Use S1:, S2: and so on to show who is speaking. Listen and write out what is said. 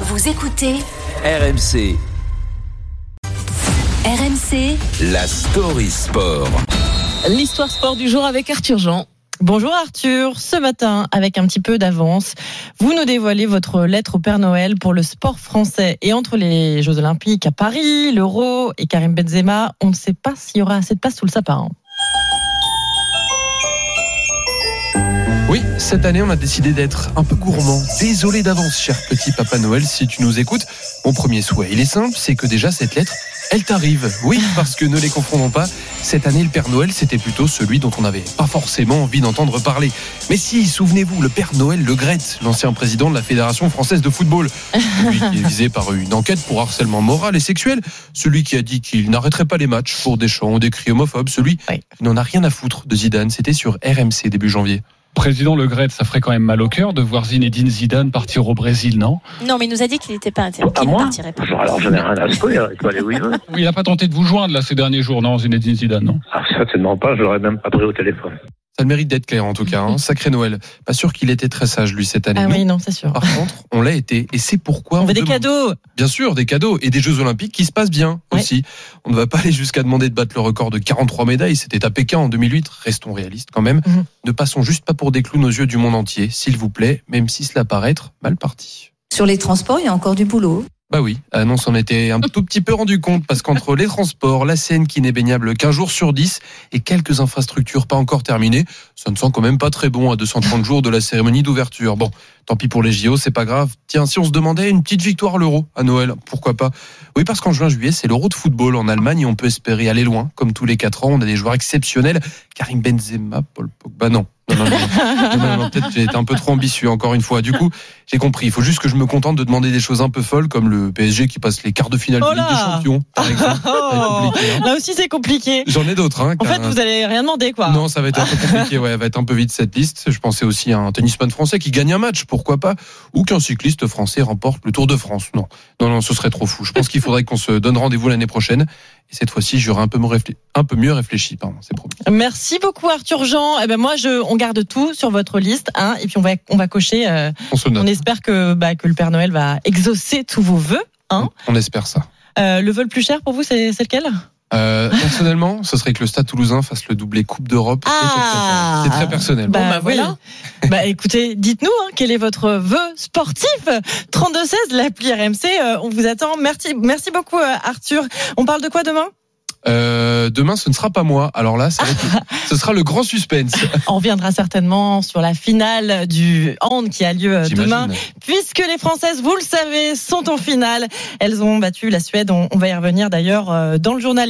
S1: Vous écoutez
S2: RMC,
S1: RMC
S2: la story sport.
S3: L'histoire sport du jour avec Arthur Jean. Bonjour Arthur, ce matin, avec un petit peu d'avance, vous nous dévoilez votre lettre au Père Noël pour le sport français. Et entre les Jeux Olympiques à Paris, l'Euro et Karim Benzema, on ne sait pas s'il y aura assez de place sous le sapin. hein.
S4: Oui, cette année, on a décidé d'être un peu gourmand. Désolé d'avance, cher petit Papa Noël, si tu nous écoutes. Mon premier souhait, il est simple, c'est que déjà cette lettre, elle t'arrive. Oui, parce que ne les confondons pas, cette année, le Père Noël, c'était plutôt celui dont on n'avait pas forcément envie d'entendre parler. Mais si, souvenez-vous, le Père Noël Le Grette, l'ancien président de la Fédération française de football, celui qui est visé par une enquête pour harcèlement moral et sexuel, celui qui a dit qu'il n'arrêterait pas les matchs pour des chants ou des cris homophobes, celui
S3: Oui.
S4: qui n'en a rien à foutre de Zidane, c'était sur RMC début janvier.
S5: Président Le Gret, ça ferait quand même mal au cœur de voir Zinedine Zidane partir au Brésil, non
S6: Non, mais il nous a dit qu'il n'était pas intéressé.
S7: À
S6: qu'il ne
S7: moi
S6: partirait pas.
S7: Genre, alors j'en ai rien à secouer, hein. il peut aller où il veut.
S5: Il n'a pas tenté de vous joindre là ces derniers jours, non Zinedine Zidane, non
S7: Ah, certainement pas, je l'aurais même pas pris au téléphone.
S4: Ça le mérite d'être clair en tout cas. hein. Sacré Noël. Pas sûr qu'il était très sage lui cette année.
S3: Mm-hmm. Ah
S4: Nous,
S3: oui, non, c'est sûr.
S4: Par contre, on l'a été et c'est pourquoi
S3: On veut des
S4: demande-
S3: cadeaux
S4: Bien sûr, des cadeaux et des Jeux Olympiques qui se passent bien
S3: Ouais.
S4: aussi. On ne va pas aller jusqu'à demander de battre le record de 43 médailles. C'était à Pékin en 2008. Restons réalistes quand même.
S3: Mhm.
S4: Ne passons juste pas pour des clowns aux yeux du monde entier, s'il vous plaît, même si cela paraît être mal parti.
S8: Sur les transports, il y a encore du boulot.
S4: Bah oui, ah non, on s'en était un tout petit peu rendu compte parce qu'entre les transports, la Seine qui n'est baignable qu'un jour sur 10 et quelques infrastructures pas encore terminées, ça ne sent quand même pas très bon à 230 jours de la cérémonie d'ouverture. Bon, tant pis pour les JO, c'est pas grave. Tiens, si on se demandait une petite victoire à l'euro à Noël, pourquoi pas Oui, parce qu'en juin-juillet, c'est l'euro de football en Allemagne et on peut espérer aller loin. Comme tous les 4 ans, on a des joueurs exceptionnels. Karim Benzema, Paul Pogba, non. Non, non, non, non, non, non, hein, peut-être j'ai été un peu trop ambitieux encore une fois. Du coup, j'ai compris. Il faut juste que je me contente de demander des choses un peu folles, comme le PSG qui passe les quarts de finale
S3: Oh
S4: de Ligue des
S3: là
S4: Champions, par exemple. Ça va être
S3: Oh,
S4: compliqué, hein.
S3: Là aussi, c'est compliqué.
S4: J'en ai d'autres. Hein,
S3: En fait,
S4: qu'un-
S3: vous allez rien demander, quoi.
S4: non, ça va être un peu compliqué. Ouais, elle va être un peu vite cette liste. Je pensais aussi à un tennisman français qui gagne un match, pourquoi pas, ou qu'un cycliste français remporte le Tour de France. Non, non, non, ce serait trop fou. Je pense qu'il faudrait qu'on se donne rendez-vous l'année prochaine. Et cette fois-ci, j'aurai un peu, mo- réflé- un peu mieux réfléchi. Pardon, c'est promis.
S3: Merci beaucoup Arthur Jean. Eh ben moi, je, on garde tout sur votre liste, hein, et puis on va, on va cocher. euh,
S4: On se
S3: On
S4: note.
S3: espère que, bah, que le Père Noël va exaucer tous vos vœux. hein.
S4: On espère ça.
S3: Euh, le vol plus cher pour vous, c'est c'est lequel
S4: Euh, personnellement, ce serait que le Stade Toulousain fasse le doublé Coupe d'Europe. et Coupe
S3: Ah.
S4: de Champion. C'est très personnel.
S3: Bah, voilà. bah écoutez, dites-nous hein, quel est votre vœu sportif 3216, l'appli RMC, euh, on vous attend. Merci, merci beaucoup euh, Arthur. On parle de quoi demain
S4: Euh, demain, ce ne sera pas moi. Alors là, ça va être- ce sera le grand suspense.
S3: On reviendra certainement sur la finale du hand qui a lieu euh,
S4: j'imagine.
S3: demain. puisque les Françaises, vous le savez, sont en finale. Elles ont battu la Suède. On, on va y revenir d'ailleurs euh, dans le journal.